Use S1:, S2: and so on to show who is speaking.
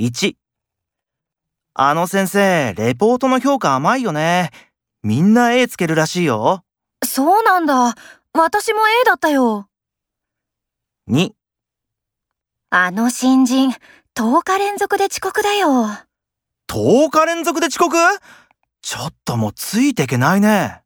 S1: 1あの先生、レポートの評価甘いよね。みんな A つけるらしいよ。
S2: そうなんだ。私も A だったよ。
S1: 2
S2: あの新人、10日連続で遅刻だよ。
S1: 10日連続で遅刻ちょっともうついていけないね。